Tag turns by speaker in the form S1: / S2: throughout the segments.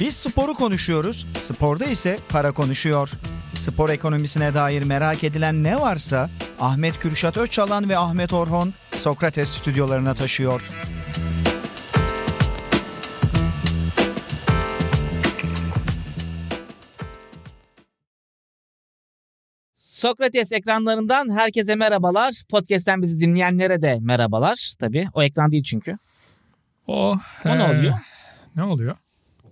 S1: Biz sporu konuşuyoruz, sporda ise para konuşuyor. Spor ekonomisine dair merak edilen ne varsa Ahmet Kürşat Öçalan ve Ahmet Orhon Sokrates stüdyolarına taşıyor.
S2: Sokrates ekranlarından herkese merhabalar. Podcast'ten bizi dinleyenlere de merhabalar. Tabii o ekran değil çünkü.
S3: O,
S2: O ne
S3: e,
S2: oluyor?
S3: Ne oluyor?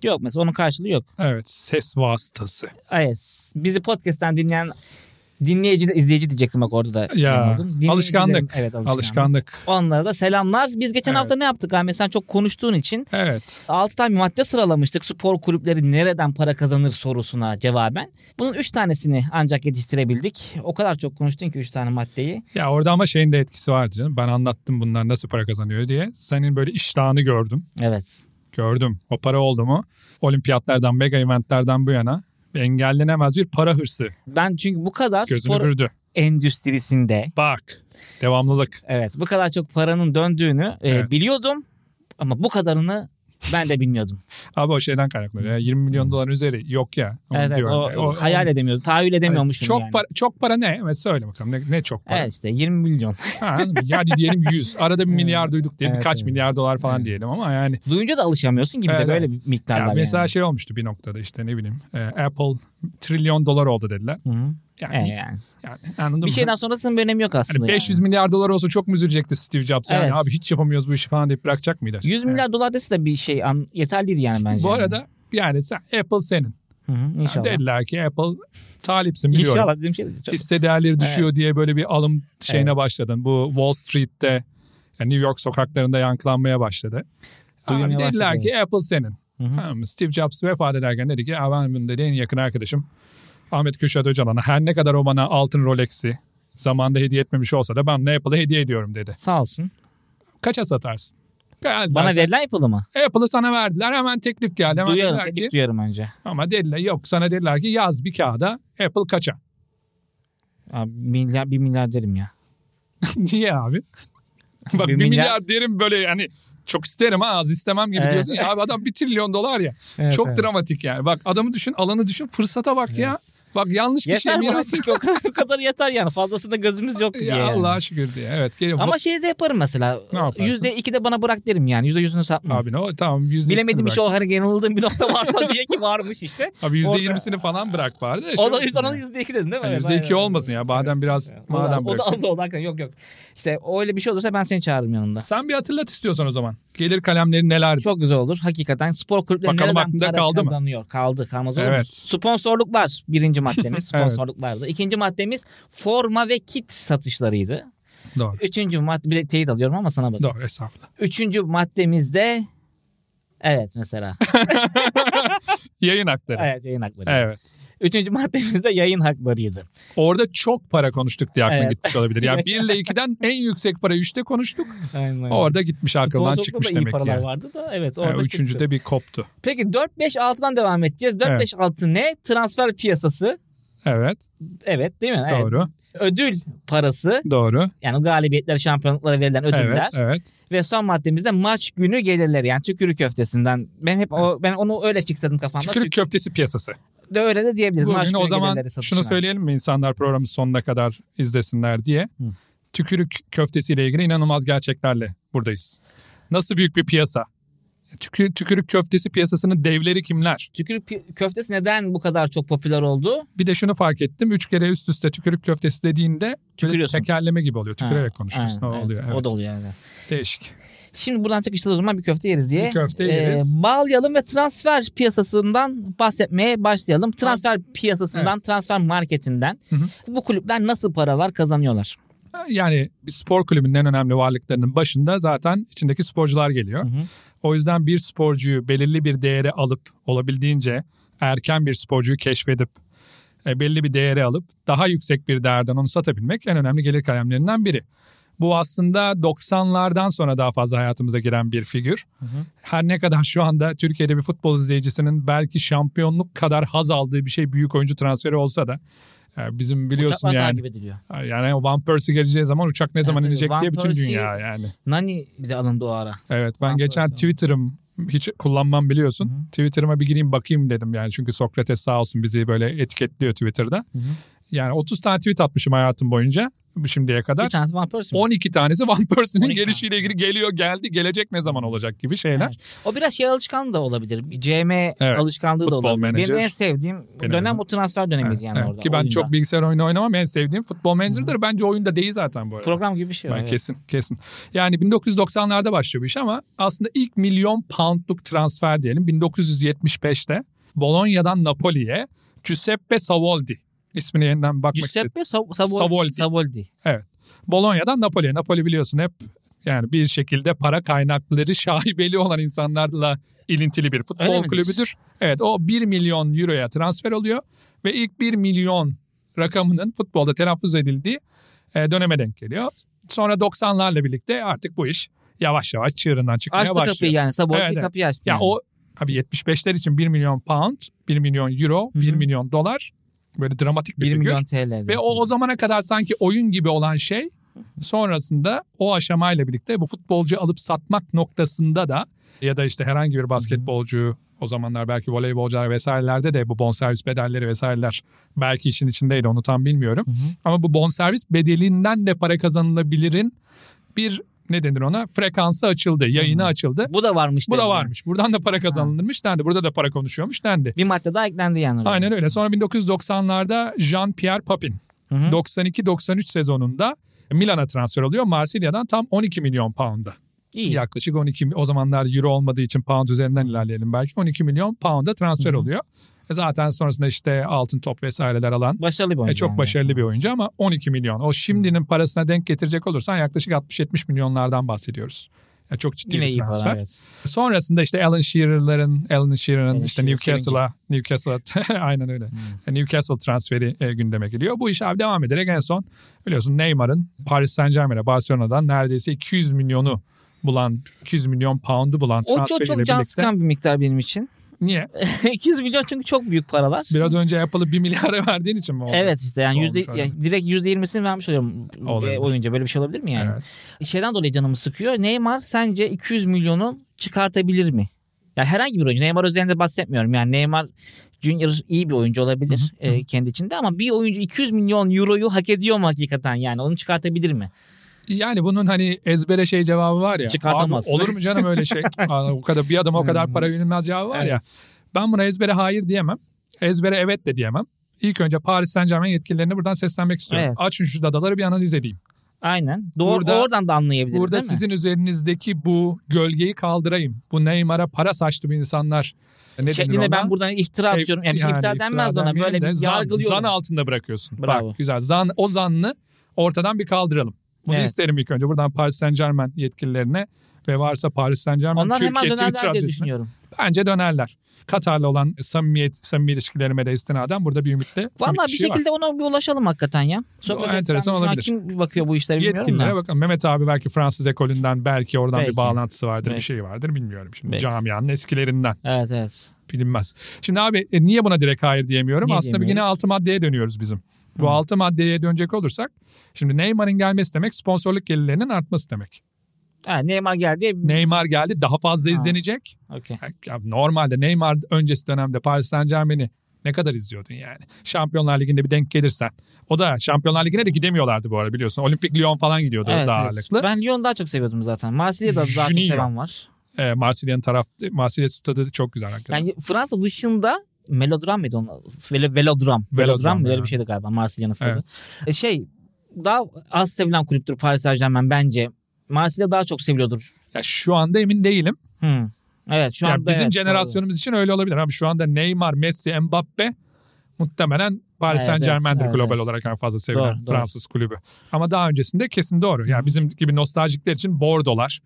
S2: Yok mesela onun karşılığı yok.
S3: Evet ses vasıtası.
S2: Evet. Bizi podcast'ten dinleyen dinleyici, izleyici diyecektim bak orada da.
S3: Ya
S2: yanıldın. Dinleyicilerin-
S3: alışkanlık.
S2: Evet alışkanlık.
S3: alışkanlık.
S2: Onlara da selamlar. Biz geçen
S3: Evet.
S2: hafta ne yaptık Ahmet? Sen çok konuştuğun için
S3: Evet.
S2: 6 tane madde sıralamıştık. Spor kulüpleri nereden para kazanır sorusuna cevaben. Bunun 3 tanesini ancak yetiştirebildik. O kadar çok konuştun ki 3 tane maddeyi.
S3: Ya orada ama şeyin de etkisi vardı canım. Ben anlattım bunlar nasıl para kazanıyor diye. Senin böyle iştahını gördüm.
S2: Evet.
S3: Gördüm. O para oldu mu? Olimpiyatlardan, mega eventlerden bu yana engellenemez bir para hırsı.
S2: Ben çünkü bu kadar
S3: Gözünü
S2: spor
S3: bürdü.
S2: endüstrisinde
S3: Bak. Devamlılık.
S2: Evet bu kadar çok paranın döndüğünü e,
S3: Evet.
S2: biliyordum ama bu kadarını ben de bilmiyordum.
S3: Abi o şeyden kaynaklanıyor. Ya, 20 milyon dolar üzeri yok ya. Onu
S2: evet, evet, o,
S3: diyorum.
S2: o hayal edemiyordum, tahayyül edemiyormuşum
S3: çok
S2: yani.
S3: para, çok para ne? Evet, söyle bakalım ne, ne çok para?
S2: Evet işte 20 milyon.
S3: Ha, yani diyelim 100. Arada bir milyar duyduk diye
S2: Evet,
S3: birkaç
S2: evet.
S3: milyar dolar falan diyelim ama yani
S2: Duyunca da alışamıyorsun gibi
S3: Evet,
S2: de böyle
S3: evet.
S2: bir
S3: ya
S2: miktarlar
S3: mesela
S2: yani.
S3: şey olmuştu bir noktada işte ne bileyim e, Apple trilyon dolar oldu dediler.
S2: Hı.
S3: Yani,
S2: Evet, yani.
S3: yani anladın
S2: Bir
S3: mı?
S2: şeyden sonrasının bir önemi yok
S3: Hani
S2: aslında.
S3: 500 milyar dolar olsa çok mu üzülecekti Steve Jobs? Yani
S2: Evet.
S3: abi hiç yapamıyoruz bu işi falan deyip bırakacak mıydı?
S2: yani. 100 milyar dolar dese de bir şey an, yeterliydi yani
S3: Evet.
S2: bence.
S3: Bu arada yani sen Apple senin.
S2: Hı hı,
S3: Yani
S2: inşallah.
S3: dediler ki Apple talipsin biliyorum.
S2: İnşallah dediğim şey. de çok-
S3: Hisse değerleri düşüyor diye böyle bir alım şeyine
S2: Evet.
S3: başladın. Bu Wall Street'te yani New York sokaklarında yankılanmaya başladı. Abi
S2: Duyulmaya
S3: dediler
S2: başladı,
S3: ki Apple senin.
S2: Hı hı.
S3: Tamam mı? Steve Jobs vefat ederken dedi ki "Aa, ben bunu dedi en yakın arkadaşım Ahmet Kürşat Öcalan'a her ne kadar o bana altın Rolex'i zamanda hediye etmemiş olsa da ben ne Apple'a hediye ediyorum dedi.
S2: Sağ olsun.
S3: Kaça satarsın?
S2: Bana
S3: Bana
S2: verilen yapılı mı?
S3: Apple'ı sana verdiler hemen teklif geldi. Hemen
S2: Duyuyorum.
S3: dediler
S2: Teklif
S3: ki,
S2: duyuyorum önce.
S3: ama dediler yok sana dediler ki yaz bir kağıda Apple kaça?
S2: Abi, milyar, bir milyar derim ya.
S3: Niye abi? Bak
S2: Bir
S3: bir,
S2: milyar-
S3: milyar... derim böyle yani çok isterim ha az istemem gibi
S2: Evet.
S3: diyorsun ya. Abi adam bir trilyon dolar ya. çok dramatik yani. Bak adamı düşün alanı düşün fırsata bak ya. Bak yanlış kişiye
S2: Yeter bana
S3: miras
S2: çünkü o kadar, o kadar yeter yani. Fazlasında gözümüz yok diye.
S3: Ya
S2: yani.
S3: Allah'a şükür diye. Evet geliyor.
S2: Ama şey de yaparım mesela.
S3: Ne yaparsın?
S2: Yüzde iki de bana bırak derim yani. Yüzde yüzünü satma.
S3: Abi ne o tamam yüzde
S2: Bilemediğim bir
S3: bırak.
S2: şey olarak yanıldığım bir nokta varsa diye ki varmış işte.
S3: Abi yüzde
S2: Orada-
S3: yirmisini falan bırak bari de. şey
S2: O da
S3: olsun
S2: yüzde ona
S3: yani.
S2: yüzde iki dedin değil mi?
S3: Yani
S2: Evet,
S3: Yüzde iki
S2: aynen.
S3: olmasın ya. Badem biraz
S2: O da-
S3: madem
S2: o da
S3: bırak.
S2: az oldu hakikaten yok yok. İşte öyle bir şey olursa ben seni çağırırım yanında.
S3: Sen bir hatırlat istiyorsan o zaman. Gelir kalemleri nelerdi?
S2: Çok güzel olur. Hakikaten spor kulüpleri
S3: Bakalım
S2: nereden
S3: aklında
S2: para
S3: kaldı mı?
S2: kazanıyor? Kaldı. Kalmaz olur mu?
S3: Evet.
S2: Sponsorluklar birinci maddemiz.
S3: Evet.
S2: Sponsorluklardı. İkinci maddemiz forma ve kit satışlarıydı.
S3: Doğru.
S2: Üçüncü madde bir de teyit alıyorum ama sana bak.
S3: Doğru hesapla.
S2: Üçüncü maddemizde evet mesela.
S3: Yayın hakları. Evet.
S2: evet yayın hakları. Üçüncü maddemizde yayın haklarıydı.
S3: Orada çok para konuştuk diye aklına
S2: Evet.
S3: gitmiş olabilir. Yani 1 ile 2'den en yüksek para 3'te konuştuk.
S2: Aynen.
S3: Orada gitmiş aklından
S2: Sponsorlukta
S3: çıkmış
S2: da iyi
S3: demek ki.
S2: paralar
S3: Yani.
S2: vardı da evet orada
S3: Yani
S2: çıktı.
S3: üçüncüde bir koptu.
S2: Peki 4 5 6'dan devam edeceğiz. 4
S3: Evet.
S2: 5 6 ne? Transfer piyasası.
S3: Evet.
S2: Evet değil mi? Evet.
S3: Doğru.
S2: Ödül parası
S3: Doğru.
S2: yani galibiyetler şampiyonluklara verilen ödüller.
S3: Evet. Evet.
S2: Ve son maddemizde maç günü gelirleri yani tükürük köftesinden. Ben hep o, ben onu öyle fixledim kafamda.
S3: Tükürük köftesi piyasası.
S2: Tük- de öyle de diyebiliriz. maç
S3: Bugün
S2: günü
S3: o zaman
S2: gelirleri satışına.
S3: şunu söyleyelim mi insanlar programı sonuna kadar izlesinler diye.
S2: Hı.
S3: Tükürük köftesiyle ilgili inanılmaz gerçeklerle buradayız. Nasıl büyük bir piyasa? Tükürük, tükürük köftesi piyasasının devleri kimler?
S2: Tükürük pi- köftesi neden bu kadar çok popüler oldu?
S3: Bir de şunu fark ettim. Üç kere üst üste tükürük köftesi dediğinde böyle
S2: Tükürüyorsun.
S3: tekerleme gibi oluyor. Tükürerek
S2: Ha,
S3: konuşuyorsun.
S2: aynen,
S3: o
S2: evet.
S3: oluyor. Evet.
S2: O da oluyor yani.
S3: Değişik.
S2: Şimdi buradan çıkışta o zaman bir köfte yeriz diye.
S3: Bir köfte
S2: Ee,
S3: yeriz.
S2: bağlayalım ve transfer piyasasından bahsetmeye başlayalım. Transfer piyasasından, transfer marketinden
S3: Hı hı.
S2: bu kulüpler nasıl paralar kazanıyorlar?
S3: Yani bir spor kulübünün en önemli varlıklarının başında zaten içindeki sporcular geliyor.
S2: Hı hı.
S3: O yüzden bir sporcuyu belirli bir değere alıp olabildiğince erken bir sporcuyu keşfedip e, belli bir değere alıp daha yüksek bir değerden onu satabilmek en önemli gelir kalemlerinden biri. Bu aslında 90'lardan sonra daha fazla hayatımıza giren bir figür.
S2: hı.
S3: Her ne kadar şu anda Türkiye'de bir futbol izleyicisinin belki şampiyonluk kadar haz aldığı bir şey büyük oyuncu transferi olsa da e, bizim biliyorsun
S2: Uçaklar
S3: yani
S2: takip ediliyor.
S3: yani o Van Persie geleceği zaman uçak ne zaman
S2: tabii,
S3: inecek
S2: Van
S3: diye bütün
S2: Persie-
S3: dünya yani.
S2: Nani bize alındı o ara.
S3: Evet ben
S2: Van
S3: geçen
S2: Persie.
S3: Twitter'ım hiç kullanmam biliyorsun.
S2: Hı hı.
S3: Twitter'ıma bir gireyim bakayım dedim yani. Çünkü Sokrates sağ olsun bizi böyle etiketliyor Twitter'da.
S2: Hı hı.
S3: Yani 30 tane tweet atmışım hayatım boyunca şimdiye kadar.
S2: Bir tanesi Van Persie mi?
S3: 12 tanesi One Person'ın
S2: 12
S3: gelişiyle ilgili geliyor geldi gelecek ne zaman olacak gibi şeyler.
S2: O biraz şey alışkanlığı da olabilir. CM alışkanlığı
S3: Futbol
S2: da olabilir.
S3: manager.
S2: Benim en sevdiğim
S3: Benim
S2: dönem
S3: bizim-
S2: o transfer dönemiydi
S3: Evet,
S2: yani
S3: evet.
S2: orada.
S3: Ki ben
S2: oyunda.
S3: çok bilgisayar oyunu oynamam en sevdiğim futbol menajerdir. Bence oyunda değil zaten bu arada.
S2: Program gibi bir şey. o,
S3: Ben
S2: evet.
S3: kesin kesin. Yani 1990'larda başlıyor bu iş ama aslında ilk milyon poundluk transfer diyelim 1975'te Bologna'dan Napoli'ye Giuseppe Savoldi ismini yeniden bakmak istedim.
S2: Giuseppe Sav- Savol-
S3: Savoldi.
S2: Savoldi.
S3: Bologna'dan Napoli'ye. Napoli biliyorsun hep yani bir şekilde para kaynakları şaibeli olan insanlarla ilintili bir
S2: Öyle
S3: futbol
S2: midir?
S3: kulübüdür. Evet o 1 milyon euroya transfer oluyor ve ilk 1 milyon rakamının futbolda telaffuz edildiği e, döneme denk geliyor. Sonra 90'larla birlikte artık bu iş yavaş yavaş çığırından çıkmaya
S2: Açtı
S3: başlıyor.
S2: kapıyı yani. Savoldi
S3: Evet, evet.
S2: kapıyı açtı.
S3: Ya
S2: yani.
S3: o abi 75'ler için 1 milyon pound, 1 milyon euro,
S2: Hı hı.
S3: 1 milyon dolar böyle dramatik bir
S2: 1
S3: figür.
S2: milyon TL.
S3: Ve o, o zamana kadar sanki oyun gibi olan şey sonrasında o aşamayla birlikte bu futbolcu alıp satmak noktasında da ya da işte herhangi bir basketbolcu o zamanlar belki voleybolcular vesairelerde de bu bonservis bedelleri vesaireler belki işin içindeydi onu tam bilmiyorum.
S2: Hı hı.
S3: Ama bu bonservis bedelinden de para kazanılabilirin bir ne denir ona frekansı açıldı, yayını
S2: Hı.
S3: açıldı.
S2: Bu da varmış.
S3: Bu da
S2: dediler.
S3: varmış. Buradan da para kazanılırmış dendi. Burada da para konuşuyormuş dendi.
S2: Bir madde daha eklendi yani. oraya.
S3: Aynen öyle. Sonra 1990'larda Jean-Pierre Papin
S2: Hı hı.
S3: 92-93 sezonunda Milan'a transfer oluyor. Marsilya'dan tam 12 milyon pound'a.
S2: İyi.
S3: Yaklaşık 12 mi- o zamanlar euro olmadığı için pound üzerinden ilerleyelim belki. 12 milyon pound'a transfer
S2: Hı hı.
S3: oluyor. E zaten sonrasında işte altın top vesaireler alan
S2: Başarılı bir
S3: e
S2: oyuncu.
S3: çok
S2: yani.
S3: başarılı bir oyuncu ama 12 milyon. O şimdinin parasına denk getirecek olursan yaklaşık 60-70 milyonlardan bahsediyoruz. Ya çok ciddi
S2: Yine
S3: bir
S2: iyi
S3: transfer.
S2: para evet.
S3: Sonrasında işte Alan Shearer'ların, Alan Shearer'ın
S2: Alan
S3: işte
S2: Shearer, Hmm.
S3: Newcastle'a, Newcastle aynen öyle. Newcastle transferi e, gündeme geliyor. Bu iş abi devam ederek en son biliyorsun Neymar'ın Paris Saint-Germain'e Barcelona'dan neredeyse 200 milyonu bulan 200 milyon pound'u bulan
S2: O çok,
S3: transferiyle
S2: çok
S3: birlikte.
S2: can sıkan bir miktar benim için.
S3: Niye?
S2: 200 milyon çünkü çok büyük paralar.
S3: Biraz önce Apple'ı 1 milyara verdiğin için mi oldu?
S2: Evet işte yani,
S3: Olmuş
S2: yüzde,
S3: öyle.
S2: yani direkt %20'sini vermiş oluyorum
S3: Olabilir.
S2: e, oyunca. Böyle bir şey olabilir mi yani?
S3: Evet.
S2: Şeyden dolayı canımı sıkıyor. Neymar sence 200 milyonu çıkartabilir mi? Ya herhangi bir oyuncu. Neymar özelinde bahsetmiyorum. Yani Neymar Junior iyi bir oyuncu olabilir
S3: Hı hı,
S2: e, kendi içinde ama bir oyuncu 200 milyon euroyu hak ediyor mu hakikaten yani onu çıkartabilir mi?
S3: Yani bunun hani ezbere şey cevabı var ya.
S2: Çıkartamaz.
S3: abi olur mu canım öyle şey? Aa, o kadar bir adama o
S2: Hmm.
S3: kadar para verilmez cevabı var ya. Ben buna ezbere hayır diyemem. Ezbere evet de diyemem. İlk önce Paris Saint-Germain yetkililerine buradan seslenmek istiyorum.
S2: Evet.
S3: Açın şu dadaları bir analiz edeyim.
S2: Aynen. Doğru
S3: Burada-
S2: oradan da anlayabiliriz
S3: Burada
S2: değil mi?
S3: sizin üzerinizdeki bu gölgeyi kaldırayım. Bu Neymar'a para saçtı bu insanlar. Ne denir
S2: Şeklinde
S3: ona?
S2: Şey, ben buradan iftira
S3: Ev-
S2: atıyorum. Yani, bir şey
S3: yani
S2: iftira
S3: iftira
S2: denmez de ona.
S3: denmeyelim
S2: Böyle
S3: de
S2: bir
S3: zan,
S2: yargılıyor.
S3: Zan altında bırakıyorsun.
S2: Bravo.
S3: Bak güzel. Zan, o zanlı ortadan bir kaldıralım. Bunu
S2: Evet.
S3: isterim ilk önce. Buradan Paris Saint Germain yetkililerine ve varsa Paris Saint Germain
S2: Onlar hemen
S3: Türkiye Twitter
S2: dönerler diye
S3: adresine
S2: düşünüyorum.
S3: bence dönerler. Katar'la olan samimiyet, samimi ilişkilerime de istinaden burada bir ümitle
S2: Valla bir
S3: şey var.
S2: şekilde ona bir ulaşalım hakikaten ya. Sokrates'ten
S3: enteresan
S2: şu an
S3: olabilir.
S2: Kim bakıyor bu işlere bilmiyorum
S3: Yetkililere
S2: da.
S3: bakalım. Mehmet abi belki Fransız ekolünden belki oradan bir
S2: Belki.
S3: bağlantısı vardır, bir
S2: Belki.
S3: şey vardır bilmiyorum. Şimdi
S2: Belki.
S3: camianın eskilerinden.
S2: Evet evet.
S3: bilinmez. Şimdi abi e, niye buna direkt hayır diyemiyorum?
S2: Niye
S3: Aslında bir yine
S2: diyemiyoruz?
S3: altı maddeye dönüyoruz bizim. Bu
S2: Hı.
S3: altı maddeye dönecek olursak şimdi Neymar'ın gelmesi demek sponsorluk gelirlerinin artması demek.
S2: Ha, Neymar geldi.
S3: Neymar geldi daha fazla
S2: Ha.
S3: izlenecek.
S2: Okey.
S3: Ya- ya Normalde Neymar öncesi dönemde Paris Saint Germain'i ne kadar izliyordun yani? Şampiyonlar Ligi'nde bir denk gelirsen. O da Şampiyonlar Ligi'ne de gidemiyorlardı bu arada biliyorsun. Olimpik Lyon falan gidiyordu
S2: Evet,
S3: daha
S2: evet.
S3: ağırlıklı.
S2: Ben Lyon'u daha çok seviyordum zaten. Marsilya'da daha çok
S3: Juninho.
S2: seven var.
S3: Ee, Marsilya'nın taraf, Marsilya stadı çok güzel hakikaten.
S2: Yani Fransa dışında Melodram mıydı onun? Velo, velodram. Velodram mı? Öyle
S3: yani.
S2: bir şeydi galiba Marsilya'nın stadı. E, şey daha az sevilen kulüptür Paris Saint Germain bence. Marsilya daha çok seviliyordur.
S3: Ya şu anda emin değilim.
S2: Hmm. Evet şu
S3: Yani
S2: anda
S3: bizim
S2: evet,
S3: jenerasyonumuz için öyle olabilir. Abi şu anda Neymar, Messi, Mbappe muhtemelen Paris
S2: Evet,
S3: Saint Germain'dir
S2: evet,
S3: global
S2: evet.
S3: olarak en fazla sevilen
S2: Doğru, doğru.
S3: Fransız kulübü. Ama daha öncesinde kesin doğru. Yani bizim gibi nostaljikler için Bordolar,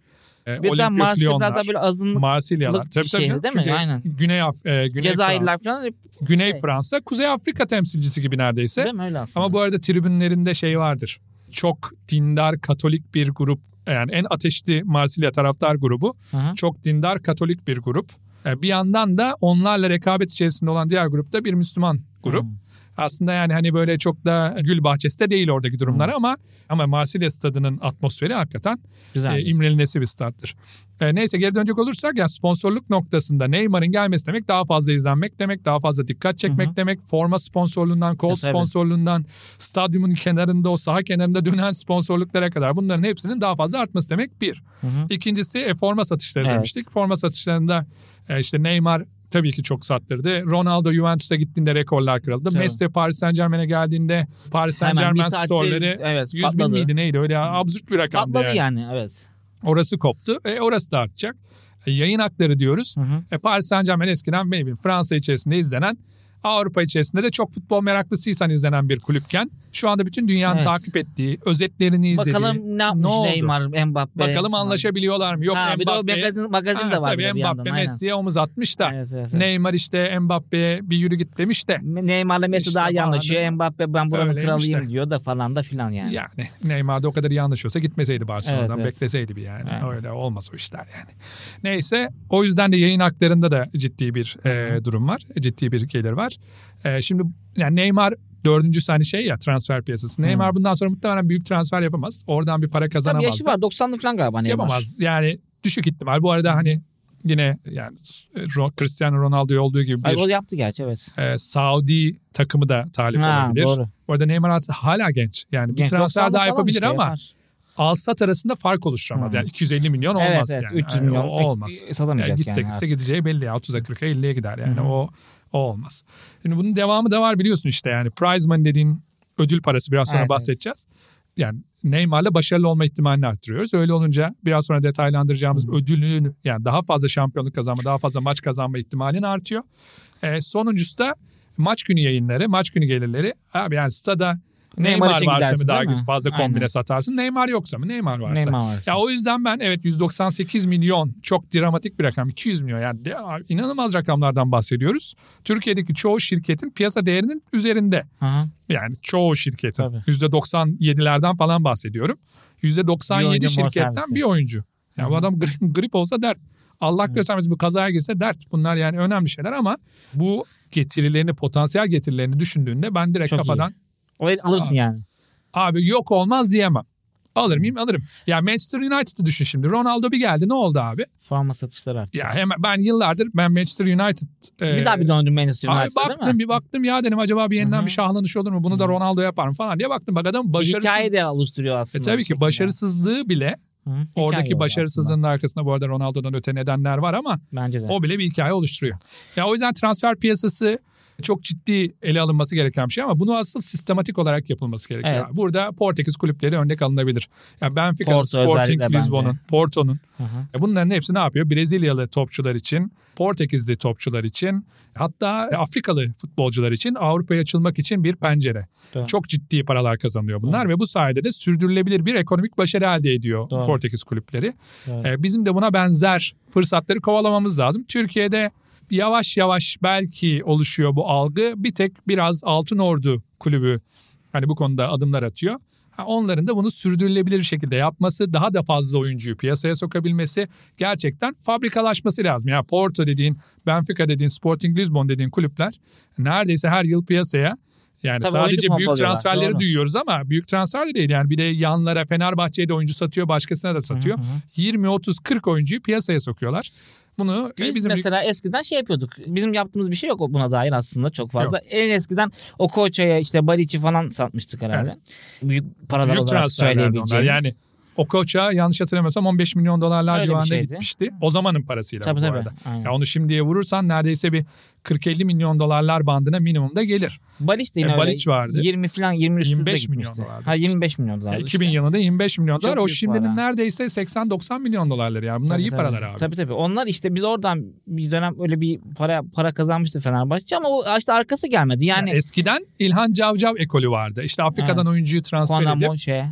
S3: e,
S2: Doğru. Bir de
S3: Olympique
S2: Marsilya biraz
S3: Lyonlar,
S2: daha böyle azınlık
S3: Marsilyalar. Tabii tabii.
S2: şehri
S3: canım.
S2: değil mi?
S3: Çünkü
S2: Aynen.
S3: Güney, Af- e, Güney,
S2: Cezayirler falan hep-
S3: Fransa, Güney
S2: şey.
S3: Fransa, Kuzey Afrika temsilcisi gibi neredeyse.
S2: değil mi öyle aslında?
S3: Ama bu arada tribünlerinde şey vardır. Çok dindar, katolik bir grup. Yani en ateşli Marsilya taraftar grubu
S2: Hı hı.
S3: çok dindar Katolik bir grup. E, Bir yandan da onlarla rekabet içerisinde olan diğer grupta bir Müslüman grup.
S2: Hmm.
S3: Aslında yani hani böyle çok da gül bahçesi de değil oradaki durumlar
S2: Hmm.
S3: ama ama Marsilya stadının atmosferi hakikaten
S2: Güzel.
S3: e, imrenilesi bir stattır. E, neyse geri dönecek olursak yani sponsorluk noktasında Neymar'ın gelmesi demek daha fazla izlenmek demek, daha fazla dikkat çekmek
S2: Hı hı.
S3: demek, forma sponsorluğundan, kol
S2: E, tabii.
S3: sponsorluğundan, stadyumun kenarında o saha kenarında dönen sponsorluklara kadar bunların hepsinin daha fazla artması demek bir.
S2: Hı hı.
S3: İkincisi e, forma satışları
S2: Evet.
S3: demiştik. Forma satışlarında e, işte Neymar tabii ki çok sattırdı. Ronaldo Juventus'a gittiğinde rekorlar kırıldı.
S2: Tabii.
S3: Messi Paris Saint Germain'e geldiğinde Paris Saint
S2: Hemen bir
S3: Germain
S2: saatte
S3: storeları
S2: evet,
S3: 100
S2: patladı.
S3: bin miydi neydi öyle absürt bir rakamdı
S2: Patladı
S3: yani.
S2: yani evet.
S3: Orası koptu. E, orası da artacak. E, yayın hakları diyoruz.
S2: Hı hı.
S3: E, Paris Saint Germain eskiden ne bileyim, Fransa içerisinde izlenen Avrupa içerisinde de çok futbol meraklısıysan izlenen bir kulüpken şu anda bütün dünyanın
S2: Evet.
S3: takip ettiği, özetlerini izlediği.
S2: Bakalım ne yapmış
S3: Ne oldu?
S2: Neymar, Mbappe.
S3: Bakalım
S2: falan.
S3: anlaşabiliyorlar mı? Yok
S2: ha, bir de o
S3: Mbappe.
S2: magazin, magazin
S3: Ha,
S2: de var
S3: tabii
S2: bir de bir yandan.
S3: Mbappe
S2: aynen.
S3: Messi'ye omuz atmış da.
S2: Evet, evet, evet.
S3: Neymar işte Mbappe'ye bir yürü git demiş de.
S2: Neymar'la Messi
S3: İşte
S2: daha iyi
S3: bana
S2: anlaşıyor.
S3: ne-
S2: Mbappe ben buranın
S3: Öyleymiş
S2: kralıyım
S3: de.
S2: diyor da falan da filan yani.
S3: Yani Neymar da o kadar iyi anlaşıyorsa gitmeseydi Barcelona'dan
S2: Evet, evet.
S3: bekleseydi bir yani.
S2: Aynen.
S3: Öyle olmaz o işler yani. Neyse o yüzden de yayın haklarında da ciddi bir e, durum var. Ciddi bir gelir var. E, şimdi yani Neymar dördüncü hani şey ya transfer piyasası. Neymar bundan sonra muhtemelen büyük transfer yapamaz. Oradan bir para
S2: Tabii
S3: kazanamaz.
S2: yaşı
S3: da.
S2: var 90'lı falan galiba Neymar.
S3: Yapamaz. Yani düşük ihtimal. Bu arada hani yine yani e, Ro- Cristiano Ronaldo olduğu gibi bir
S2: Ay, o yaptı gerçi evet.
S3: e, Saudi takımı da talip
S2: Ha,
S3: olabilir.
S2: doğru.
S3: Bu arada Neymar hat- hala genç. Yani bir
S2: Genç,
S3: transfer
S2: 90'lı
S3: daha
S2: falan
S3: yapabilir
S2: işte,
S3: ama
S2: yapar.
S3: alsat arasında fark oluşturamaz.
S2: Hı.
S3: Yani 250 milyon
S2: evet,
S3: olmaz
S2: evet,
S3: yani.
S2: 300
S3: Yani
S2: milyon.
S3: o olmaz.
S2: e, Satamayacak
S3: Yani
S2: yani.
S3: gitse gitse
S2: artık.
S3: gideceği belli ya 30'a 40'a 50'ye gider yani
S2: Hı hı.
S3: o o olmaz. Şimdi bunun devamı da var biliyorsun işte yani prize money dediğin ödül parası biraz sonra
S2: Evet, evet.
S3: bahsedeceğiz. Yani Neymar'la başarılı olma ihtimalini arttırıyoruz. Öyle olunca biraz sonra detaylandıracağımız ödülün yani daha fazla şampiyonluk kazanma, daha fazla maç kazanma ihtimalin artıyor. E, sonuncusu da maç günü yayınları, maç günü gelirleri. Abi yani stada
S2: Neymar
S3: Neymar,
S2: için
S3: varsa
S2: gidersin,
S3: mı daha
S2: değil mi?
S3: fazla kombine
S2: Aynen.
S3: satarsın? Neymar yoksa mı? Neymar varsa.
S2: Neymar var.
S3: Ya o yüzden ben evet 198 milyon çok dramatik bir rakam. 200 milyon yani de- inanılmaz rakamlardan bahsediyoruz. Türkiye'deki çoğu şirketin piyasa değerinin üzerinde.
S2: Hı hı.
S3: Yani çoğu şirketin
S2: Tabii.
S3: %97'lerden falan bahsediyorum.
S2: Bir
S3: %97
S2: oyuncu
S3: şirketten
S2: bonservisi.
S3: bir oyuncu. Yani bu
S2: Hı hı.
S3: adam grip, grip olsa dert. Allah
S2: Hı.
S3: göstermesin bir kazaya girse dert. Bunlar yani önemli şeyler ama bu getirilerini, potansiyel getirilerini düşündüğünde ben direkt
S2: Çok iyi.
S3: kafadan
S2: O el alırsın yani.
S3: Abi yok olmaz diyemem. Alır mıyım? Alırım. Ya Manchester United'ı düşün şimdi. Ronaldo bir geldi. Ne oldu abi?
S2: Forma satışları artık.
S3: Ya hemen ben yıllardır ben Manchester United e,
S2: bir daha bir döndüm Manchester
S3: abi
S2: United'a değil mi?
S3: baktım bir baktım ya dedim acaba bir yeniden
S2: Hı hı.
S3: bir şahlanış olur mu? Bunu da
S2: Hı.
S3: Ronaldo yapar mı falan diye baktım. Bak adam
S2: Bir
S3: başarısız.
S2: Hikaye de oluşturuyor
S3: E,
S2: aslında.
S3: tabii
S2: bir
S3: ki
S2: şekilde.
S3: başarısızlığı bile
S2: Hı, hikaye
S3: oradaki
S2: oluyor
S3: başarısızlığın arkasında bu arada Ronaldo'dan öte nedenler var ama
S2: aslında. Bence de.
S3: o bile bir hikaye oluşturuyor. Ya o yüzden transfer piyasası çok ciddi ele alınması gereken bir şey ama bunu asıl sistematik olarak yapılması gerekiyor.
S2: Evet.
S3: Burada Portekiz kulüpleri örnek alınabilir. Ya Benfica'nın,
S2: Porto
S3: Sporting
S2: özellikle
S3: Lisbon'un,
S2: bence.
S3: Porto'nun
S2: Hı hı.
S3: ya E, bunların hepsi ne yapıyor? Brezilyalı topçular için, Portekizli topçular için, hatta Afrikalı futbolcular için Avrupa'ya açılmak için bir pencere.
S2: Doğru.
S3: Çok ciddi paralar kazanıyor bunlar ve bu sayede de sürdürülebilir bir ekonomik başarı elde ediyor
S2: Doğru.
S3: Portekiz kulüpleri.
S2: Evet.
S3: Ee, Bizim de buna benzer fırsatları kovalamamız lazım. Türkiye'de yavaş yavaş belki oluşuyor bu algı. Bir tek biraz Altın Ordu kulübü hani bu konuda adımlar atıyor. Ha, Onların da bunu sürdürülebilir şekilde yapması, daha da fazla oyuncuyu piyasaya sokabilmesi gerçekten fabrikalaşması lazım. Ya Porto dediğin, Benfica dediğin, Sporting Lisbon dediğin kulüpler neredeyse her yıl piyasaya yani
S2: Tabii
S3: sadece
S2: oyuncu
S3: büyük
S2: pompalıyorlar,
S3: transferleri
S2: doğru.
S3: duyuyoruz ama büyük transfer de değil. Yani bir de yanlara Fenerbahçe'ye de oyuncu satıyor, başkasına da satıyor.
S2: Hı hı.
S3: 20, 30, 40 oyuncuyu piyasaya sokuyorlar. Bunu
S2: Biz
S3: bizim
S2: mesela eskiden şey yapıyorduk. Bizim yaptığımız bir şey yok buna dair aslında çok fazla. En eskiden o Koça'ya işte Bariç'i falan satmıştık herhalde. Büyük paralar
S3: büyük
S2: olarak
S3: transferlerdi onlar.
S2: söyleyebileceğimiz.
S3: Yani o koça yanlış hatırlamıyorsam 15 milyon dolarlar
S2: Öyle bir
S3: civarında
S2: şeydi.
S3: gitmişti. O zamanın parasıyla
S2: tabii
S3: bu
S2: tabii.
S3: arada.
S2: Aynen.
S3: Ya onu şimdiye vurursan neredeyse bir 40-50 milyon dolarlar bandına minimumda gelir.
S2: Baliç de yine
S3: E,
S2: öyle.
S3: Baliç vardı.
S2: 20 falan 20 üstünde
S3: 25 milyon
S2: gitmişti.
S3: dolardı.
S2: Ha 25 milyon dolar.
S3: Ya 2000 yılında 25 milyon
S2: Çok
S3: dolar. O
S2: büyük
S3: şimdinin
S2: para.
S3: neredeyse 80-90 milyon dolarları yani. Bunlar iyi paralar abi.
S2: Tabii tabii. Onlar işte biz oradan bir dönem öyle bir para para kazanmıştı Fenerbahçe ama o işte arkası gelmedi. Yani
S3: Ya eskiden İlhan Cavcav ekolü vardı. İşte Afrika'dan oyuncuyu transfer
S2: Kuana
S3: edip
S2: Monşe.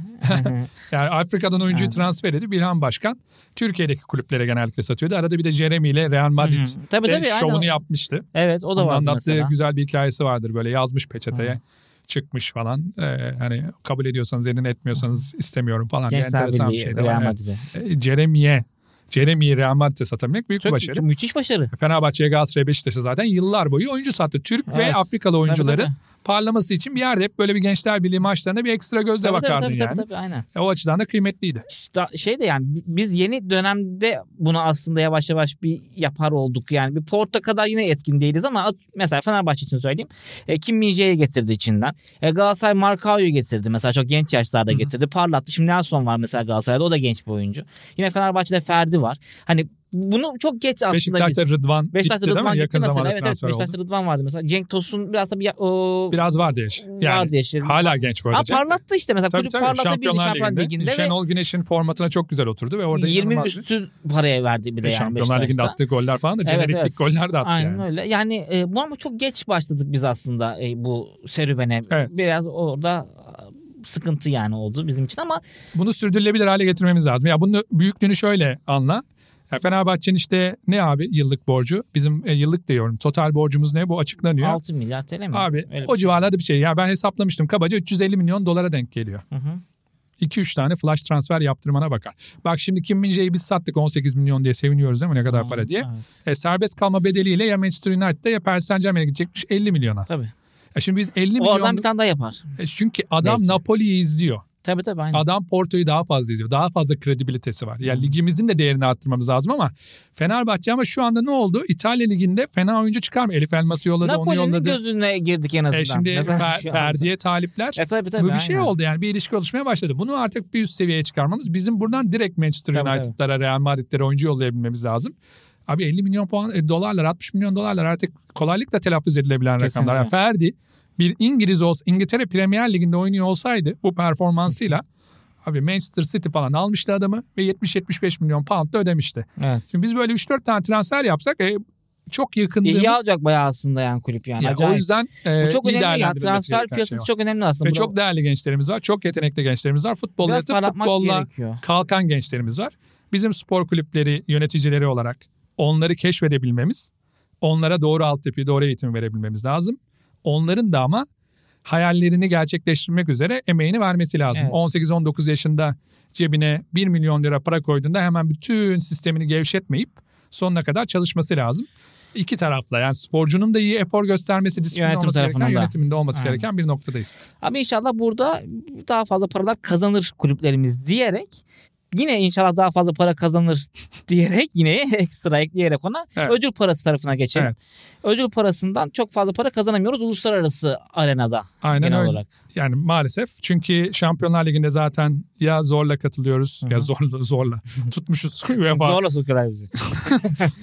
S3: Yani Afrika'dan oyuncuyu
S2: Evet.
S3: transfer edip İlhan Başkan Türkiye'deki kulüplere genellikle satıyordu. Arada bir de Jeremy ile Real Madrid
S2: Hı hı. Tabii
S3: de
S2: tabii. aynen.
S3: şovunu yapmıştı.
S2: Evet o da
S3: Onun
S2: vardı
S3: anlattığı
S2: mesela.
S3: güzel bir hikayesi vardır böyle yazmış peçeteye.
S2: Hı.
S3: çıkmış falan. Ee, hani kabul ediyorsanız elini etmiyorsanız istemiyorum falan. diye
S2: Gençler
S3: enteresan bir
S2: Birliği
S3: şey de
S2: Real
S3: var.
S2: Madrid'e.
S3: Evet. Ee, Jeremy'ye Jeremy'yi Real Madrid'e satabilmek büyük bir
S2: Çok
S3: başarı.
S2: müthiş başarı.
S3: Fenerbahçe'ye Galatasaray'a Beşiktaş'a zaten yıllar boyu oyuncu sattı. Türk ve
S2: Evet.
S3: Afrikalı oyuncuların
S2: Tabii,
S3: parlaması için bir yerde hep böyle bir Gençler Birliği maçlarına bir ekstra gözle
S2: tabii. Tabii,
S3: bakardın
S2: tabii,
S3: yani.
S2: tabii, tabii, aynen.
S3: E, O açıdan da kıymetliydi.
S2: da, şey de yani biz yeni dönemde bunu aslında yavaş yavaş bir yapar olduk. Yani bir Porto kadar yine etkin değiliz ama at- mesela Fenerbahçe için söyleyeyim. E, Kim Min-jae'yi getirdi içinden. E, Galatasaray Markao'yu getirdi mesela çok genç yaşlarda
S3: Hı hı.
S2: getirdi. Parlattı. Şimdi Nelson var mesela Galatasaray'da o da genç bir oyuncu. Yine Fenerbahçe'de Ferdi var. Hani bunu çok geç aslında biz.
S3: Beşiktaş'ta Rıdvan
S2: Beşiktaş'ta
S3: gitti
S2: Rıdvan gitti
S3: değil mi? Yakın
S2: mesela.
S3: zamanda
S2: Evet, evet
S3: transfer
S2: Beşiktaş'ta
S3: oldu.
S2: Rıdvan vardı mesela. Cenk Tosun biraz tabii ya- o,
S3: Biraz vardı yaş. Yani
S2: vardı yaşı.
S3: hala genç bu
S2: Ha,
S3: arada. Cenk.
S2: parlattı işte mesela.
S3: Tabii
S2: Kulüp
S3: tabii.
S2: parlatabildi
S3: Şampiyonlar, Ligi'nde.
S2: ve-
S3: Şenol Güneş'in formatına çok güzel oturdu ve orada
S2: 20
S3: inanılmaz bir-
S2: üstü paraya verdi bir de yani
S3: Şampiyonlar Ligi'nde
S2: Beşiktaş'ta.
S3: attığı goller falan da
S2: Evet,
S3: jeneriklik
S2: evet.
S3: goller de attı
S2: Aynen
S3: yani.
S2: öyle. Yani e, bu ama çok geç başladık biz aslında e, bu serüvene.
S3: Evet.
S2: Biraz orada e, sıkıntı yani oldu bizim için ama
S3: Bunu sürdürülebilir hale getirmemiz lazım. Ya bunun büyüklüğünü şöyle anla. Ya Fenerbahçe'nin işte ne abi yıllık borcu? Bizim e, yıllık diyorum. Total borcumuz ne? Bu açıklanıyor.
S2: 6 milyar TL mi?
S3: Abi
S2: Öyle
S3: o
S2: bir şey.
S3: civarlarda bir şey. Ya ben hesaplamıştım. Kabaca 350 milyon dolara denk geliyor.
S2: Hı hı.
S3: 2-3 tane flash transfer yaptırmana bakar. Bak şimdi Kim Min-jae'yi biz sattık 18 milyon diye seviniyoruz değil mi ne kadar
S2: Tamam,
S3: para diye.
S2: Evet.
S3: E, serbest kalma bedeliyle ya Manchester United'da ya Paris Saint Germain'e gidecekmiş 50 milyona.
S2: Tabii.
S3: E şimdi biz 50
S2: O oradan
S3: milyon...
S2: bir tane daha yapar.
S3: E, Çünkü adam
S2: Neyse.
S3: Napoli'yi izliyor.
S2: Tabii tabii aynen.
S3: Adam Porto'yu daha fazla izliyor. Daha fazla kredibilitesi var. Yani ligimizin de değerini arttırmamız lazım ama Fenerbahçe ama şu anda ne oldu? İtalya liginde fena oyuncu çıkar mı? Elif Elmas'ı yolladı, onu
S2: Napoli'nin
S3: yolladı.
S2: gözüne girdik en azından.
S3: E şimdi
S2: Mesela
S3: Fer-
S2: şu an-
S3: Ferdi'ye talipler.
S2: E tabii tabii.
S3: Bu bir şey
S2: aynen.
S3: oldu yani bir ilişki oluşmaya başladı. Bunu artık bir üst seviyeye çıkarmamız bizim buradan direkt Manchester
S2: Tabii,
S3: United'lara, Real Madrid'lere oyuncu yollayabilmemiz lazım. Abi 50 milyon puan e, dolarlar, 60 milyon dolarlar artık kolaylıkla telaffuz edilebilen rakamlar. Yani
S2: Kesinlikle.
S3: Ferdi bir İngiliz olsa, İngiltere Premier Ligi'nde oynuyor olsaydı bu performansıyla abi Manchester City falan almıştı adamı ve 70-75 milyon pound da ödemişti.
S2: Evet.
S3: Şimdi biz böyle 3-4 tane transfer yapsak e, çok yakındığımız...
S2: İyi alacak bayağı aslında yani kulüp yani.
S3: Ya, o
S2: Acayip.
S3: yüzden e,
S2: Bu çok
S3: iyi
S2: önemli ya.
S3: değerlendirilmesi
S2: Transfer
S3: gereken şey
S2: piyasası
S3: var.
S2: çok önemli aslında.
S3: Ve
S2: Bravo.
S3: çok değerli gençlerimiz var. Çok yetenekli gençlerimiz var. Futbolla
S2: Biraz
S3: yatıp
S2: parlatmak
S3: futbolla
S2: gerekiyor.
S3: kalkan gençlerimiz var. Bizim spor kulüpleri yöneticileri olarak onları keşfedebilmemiz, onlara doğru altyapıyı, doğru eğitimi verebilmemiz lazım. Onların da ama hayallerini gerçekleştirmek üzere emeğini vermesi lazım.
S2: Evet.
S3: 18-19 yaşında cebine 1 milyon lira para koyduğunda hemen bütün sistemini gevşetmeyip sonuna kadar çalışması lazım. İki tarafla yani sporcunun da iyi efor göstermesi, disiplin
S2: Yönetim
S3: olması gereken,
S2: tarafından da.
S3: yönetiminde olması
S2: Aynen.
S3: gereken bir noktadayız.
S2: Ama inşallah burada daha fazla paralar kazanır kulüplerimiz diyerek yine inşallah daha fazla para kazanır diyerek yine ekstra ekleyerek ona
S3: Evet.
S2: ödül parası tarafına geçelim.
S3: Evet.
S2: Ödül parasından çok fazla para kazanamıyoruz uluslararası arenada
S3: Aynen
S2: genel
S3: öyle.
S2: olarak.
S3: Yani maalesef. Çünkü Şampiyonlar Ligi'nde zaten ya zorla katılıyoruz
S2: Hı hı.
S3: ya zorla zorla tutmuşuz UEFA,
S2: Zorla sokuyorlar bizi.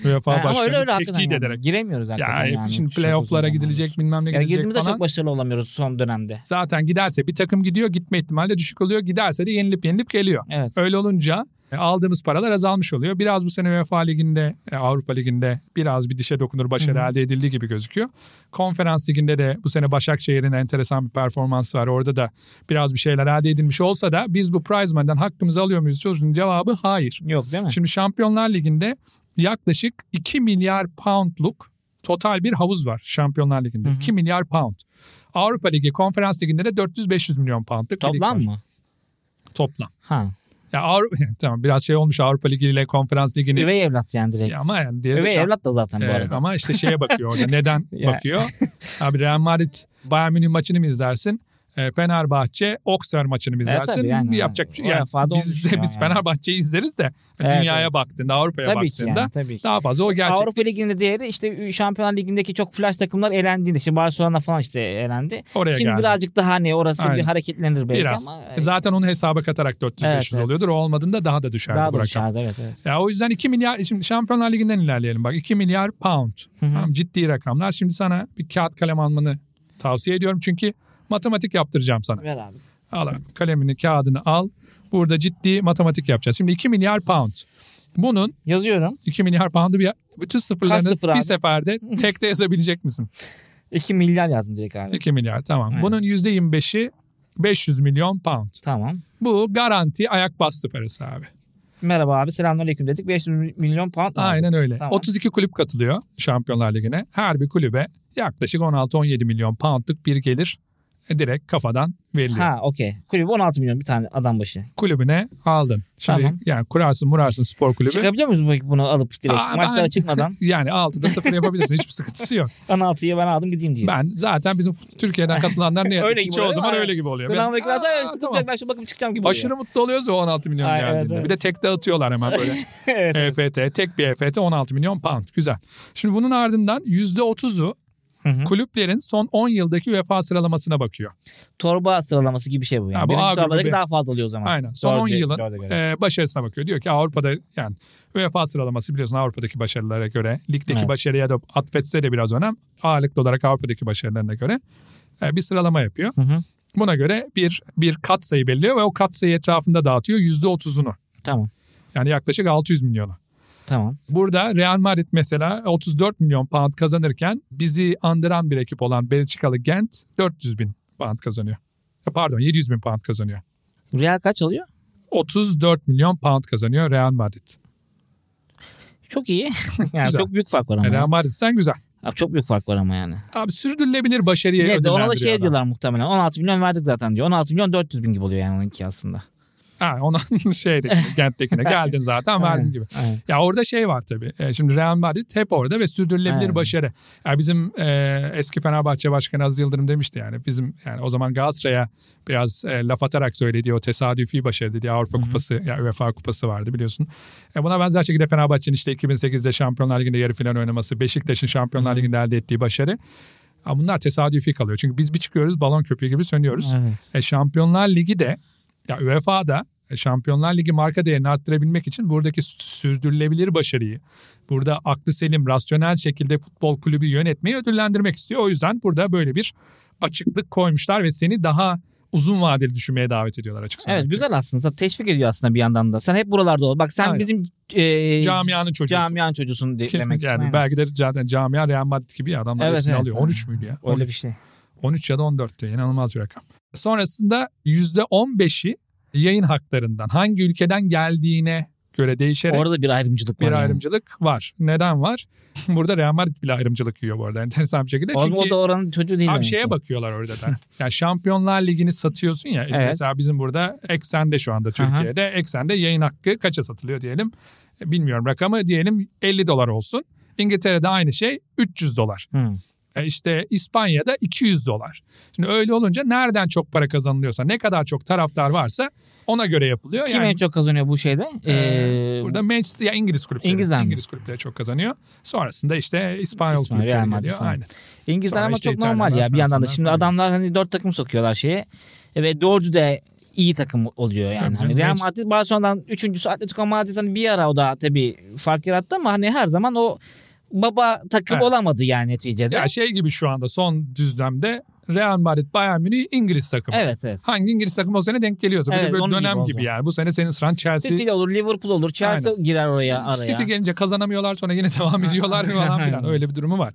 S3: UEFA
S2: Yani ama
S3: başkanı
S2: öyle öyle hakikaten
S3: tehdit
S2: yani.
S3: ederek.
S2: Giremiyoruz
S3: Ya
S2: hakikaten yani.
S3: şimdi
S2: Çok
S3: playoff'lara
S2: uzun
S3: gidilecek bilmem ne
S2: zamandır. Yani
S3: gidilecek
S2: girdiğimizde
S3: falan.
S2: çok başarılı olamıyoruz son dönemde.
S3: Zaten giderse bir takım gidiyor gitme ihtimali de düşük oluyor. Giderse de yenilip yenilip geliyor.
S2: Evet.
S3: Öyle olunca e, aldığımız paralar azalmış oluyor. Biraz bu sene UEFA Ligi'nde, e, Avrupa Ligi'nde biraz bir dişe dokunur başarı
S2: Hı hı.
S3: elde edildiği gibi gözüküyor. Konferans Ligi'nde de bu sene Başakşehir'in enteresan bir performansı var. Orada da biraz bir şeyler elde edilmiş olsa da biz bu prize money'den hakkımızı alıyor muyuz? Sorusunun cevabı hayır.
S2: Yok değil mi?
S3: Şimdi Şampiyonlar Ligi'nde yaklaşık 2 milyar poundluk total bir havuz var Şampiyonlar Ligi'nde.
S2: Hı hı.
S3: 2 milyar pound. Avrupa Ligi Konferans Ligi'nde de 400-500 milyon poundluk bir lig
S2: Toplam
S3: var.
S2: mı?
S3: Toplam.
S2: Ha.
S3: Ya Avrupa tamam biraz şey olmuş Avrupa Ligi ile Konferans Ligi'ni
S2: Üvey evlat yani direkt.
S3: Ya ama yani diğeri de
S2: Üvey
S3: şamp-
S2: evlat da zaten bu
S3: Ee,
S2: arada.
S3: ama işte şeye bakıyor orada. Neden
S2: Ya.
S3: bakıyor? Abi Real Madrid Bayern Münih maçını mı izlersin? Ee, Fenerbahçe Oxford maçını mı
S2: E, tabii
S3: izlersin?
S2: yani.
S3: Yapacak bir şey.
S2: O
S3: Yani
S2: UEFA'da olmuş
S3: biz
S2: ya
S3: biz
S2: yani.
S3: Fenerbahçe'yi izleriz de
S2: Evet,
S3: dünyaya
S2: evet.
S3: baktığında Avrupa'ya
S2: Tabii ki
S3: baktığında
S2: yani tabii ki.
S3: daha fazla o gerçek.
S2: Avrupa Ligi'nin de değeri işte Şampiyonlar Ligi'ndeki çok flash takımlar elendiğinde işte Barcelona falan işte elendi.
S3: Oraya
S2: Şimdi
S3: geldi.
S2: birazcık daha hani orası
S3: Aynen.
S2: bir hareketlenir belki
S3: Biraz.
S2: ama
S3: E, Zaten onu hesaba katarak 400-500
S2: Evet, evet.
S3: oluyordur. O olmadığında daha da düşerdi
S2: daha
S3: bu
S2: da
S3: rakam.
S2: dışarıda evet evet.
S3: Ya o yüzden 2 milyar şimdi Şampiyonlar Ligi'nden ilerleyelim bak 2 milyar pound.
S2: Hı hı.
S3: Tamam ciddi rakamlar. Şimdi sana bir kağıt kalem almanı tavsiye ediyorum çünkü matematik yaptıracağım sana.
S2: Ver abi.
S3: Al abi, kalemini kağıdını al. Burada ciddi matematik yapacağız. Şimdi 2 milyar pound. Bunun
S2: Yazıyorum.
S3: 2 milyar poundu bir bütün sıfırlarını
S2: sıfır
S3: bir
S2: abi?
S3: seferde tekte yazabilecek misin?
S2: 2 milyar yazdım direkt abi.
S3: 2 milyar tamam.
S2: Aynen.
S3: Bunun %25'i 500 milyon pound.
S2: Tamam.
S3: Bu garanti ayak bastı parası abi.
S2: Merhaba abi selamünaleyküm dedik. 500 milyon pound aldık.
S3: Aynen öyle.
S2: Tamam.
S3: 32 kulüp katılıyor Şampiyonlar Ligi'ne. Her bir kulübe yaklaşık 16-17 milyon poundluk bir gelir E, direkt kafadan veriliyor.
S2: Ha okey. Kulübü 16 milyon bir tane adam başı.
S3: Kulübüne aldın. Şimdi
S2: Tamam.
S3: yani kurarsın murarsın spor kulübü.
S2: Çıkabiliyor muyuz bu- bunu alıp direkt
S3: Aa,
S2: maçlara
S3: ben-
S2: çıkmadan?
S3: Yani 6'da 0 yapabilirsin. Hiçbir sıkıntısı yok.
S2: 16'ya ben aldım gideyim diye.
S3: Ben zaten bizim Türkiye'den katılanlar ne yazık
S2: Öyle
S3: ki
S2: gibi
S3: çoğu
S2: oluyor,
S3: zaman
S2: aynen.
S3: öyle gibi oluyor. Ben-
S2: Sınavdaki
S3: Aa,
S2: hata
S3: tamam.
S2: sıkılacak ben şu bakıp çıkacağım gibi
S3: Aşırı mutlu oluyoruz ya 16 milyon
S2: Ay,
S3: geldiğinde.
S2: evet,
S3: Bir de tek dağıtıyorlar hemen böyle.
S2: oluyor. evet.
S3: EFT, tek bir EFT 16 milyon pound. Güzel. Şimdi bunun ardından %30'u
S2: Hı hı.
S3: kulüplerin son 10 yıldaki UEFA sıralamasına bakıyor.
S2: Torba sıralaması gibi bir şey bu. Yani.
S3: Ha, bu
S2: Birinci
S3: A grubu
S2: torbadaki
S3: bir-
S2: daha fazla oluyor o zaman.
S3: Aynen. Son
S2: Dörde-
S3: 10 yılın
S2: dörde göre.
S3: e, başarısına bakıyor. Diyor ki Avrupa'da yani UEFA sıralaması biliyorsun Avrupa'daki başarılara göre, ligdeki
S2: Evet.
S3: başarıya da atfetse de biraz önem. Ağırlıklı olarak Avrupa'daki başarılarına göre e, bir sıralama yapıyor.
S2: Hı hı.
S3: Buna göre bir bir kat sayı belirliyor ve o kat sayı etrafında dağıtıyor %30'unu.
S2: Tamam.
S3: Yani yaklaşık 600 milyonu.
S2: Tamam.
S3: Burada Real Madrid mesela 34 milyon pound kazanırken bizi andıran bir ekip olan Belçikalı Gent 400 bin pound kazanıyor. E, Pardon 700 bin pound kazanıyor.
S2: Real kaç alıyor?
S3: 34 milyon pound kazanıyor Real Madrid.
S2: Çok iyi. yani
S3: Güzel.
S2: çok büyük fark var ama.
S3: Yani Real Madrid sen güzel.
S2: Abi çok büyük fark var ama yani.
S3: Abi sürdürülebilir başarıya
S2: Evet
S3: ödüllendiriyor.
S2: ona da şey
S3: adam.
S2: diyorlar muhtemelen. 16 milyon verdik zaten diyor. 16 milyon 400 bin gibi oluyor yani onunki aslında.
S3: Ha, ona şeydi Gent'tekine geldin zaten verdin
S2: Aynen,
S3: gibi.
S2: aynen.
S3: Ya orada şey var tabii. E, Şimdi Real Madrid hep orada ve sürdürülebilir
S2: Aynen.
S3: başarı. Ya bizim e, eski Fenerbahçe Başkanı Aziz Yıldırım demişti yani. Bizim yani o zaman Galatasaray'a biraz e, laf atarak söylediği o tesadüfi başarı dediği Avrupa Kupası ya UEFA Kupası vardı biliyorsun. E, buna benzer şekilde Fenerbahçe'nin işte 2008'de Şampiyonlar Ligi'nde yarı final oynaması, Beşiktaş'ın Şampiyonlar Ligi'nde elde ettiği başarı. Ama bunlar tesadüfi kalıyor. Çünkü biz bir çıkıyoruz balon köpüğü gibi sönüyoruz.
S2: Evet.
S3: E, Şampiyonlar Ligi de ya UEFA'da Şampiyonlar Ligi marka değerini arttırabilmek için buradaki sü- sürdürülebilir başarıyı, burada aklı selim, rasyonel şekilde futbol kulübü yönetmeyi ödüllendirmek istiyor. O yüzden burada böyle bir açıklık koymuşlar ve seni daha uzun vadeli düşünmeye davet ediyorlar açıkçası.
S2: Evet güzel aslında. Teşvik ediyor aslında bir yandan da. Sen hep buralarda ol. Bak sen
S3: Aynen.
S2: bizim e,
S3: Camianın çocuğu.
S2: camian çocuğusun de-
S3: Kim-
S2: demek için.
S3: yani
S2: aynen.
S3: belki de zaten camia Real Madrid gibi adamlar
S2: Evet,
S3: hepsini
S2: evet,
S3: alıyor.
S2: aynen.
S3: 13 müydü ya?
S2: Öyle
S3: 13.
S2: bir şey.
S3: 13 ya da 14 diyor. İnanılmaz bir rakam. Sonrasında %15'i yayın haklarından hangi ülkeden geldiğine göre değişerek
S2: Orada bir ayrımcılık var.
S3: bir
S2: yani.
S3: ayrımcılık var. Neden var? Burada Real Madrid bile ayrımcılık yiyor bu arada enteresan bir şekilde.
S2: Oğlum,
S3: Çünkü
S2: o da oranın çocuğu değil.
S3: Abi
S2: demek
S3: şeye
S2: ki.
S3: bakıyorlar orada da. Yani Şampiyonlar Ligi'ni satıyorsun ya.
S2: Evet.
S3: Mesela bizim burada Eksen'de şu anda Türkiye'de. Eksen'de yayın hakkı kaça satılıyor diyelim. E, Bilmiyorum rakamı diyelim 50 dolar olsun. İngiltere'de aynı şey 300 dolar.
S2: Hı.
S3: E, İşte İspanya'da 200 dolar. Şimdi öyle olunca nereden çok para kazanılıyorsa, ne kadar çok taraftar varsa ona göre yapılıyor.
S2: Kim
S3: Yani
S2: en çok kazanıyor bu şeyde?
S3: ee,
S2: Ee,
S3: burada Manchester ya İngiliz kulüpleri.
S2: İngilizler mi?
S3: İngiliz kulüpleri çok kazanıyor. Sonrasında işte İspanyol
S2: İspanyol, Real
S3: kulüpleri
S2: Madrid
S3: geliyor.
S2: falan.
S3: Aynen.
S2: İngilizler
S3: Sonra
S2: ama
S3: işte
S2: çok normal ya
S3: İtalyanlar,
S2: bir yandan da.
S3: Fransızlar
S2: Şimdi
S3: falan.
S2: adamlar hani dört takım sokuyorlar şeye. E Ve dördü de iyi takım oluyor yani.
S3: Tabii
S2: Hani
S3: canım,
S2: Real
S3: beş-
S2: Madrid Barcelona'dan üçüncüsü Atletico Madrid hani bir ara o da tabii fark yarattı ama hani her zaman o baba takım
S3: Evet.
S2: olamadı yani neticede.
S3: Ya şey gibi şu anda son düzlemde Real Madrid, Bayern Münih İngiliz takımı.
S2: evet evet.
S3: Hangi İngiliz takımı o sene denk geliyorsa.
S2: Evet,
S3: böyle
S2: onun
S3: böyle
S2: gibi
S3: dönem gibi,
S2: olacak.
S3: yani. Bu sene senin sıran Chelsea.
S2: City olur, Liverpool olur, Chelsea girer oraya araya.
S3: City gelince kazanamıyorlar sonra yine devam ediyorlar falan filan. Öyle bir durumu var.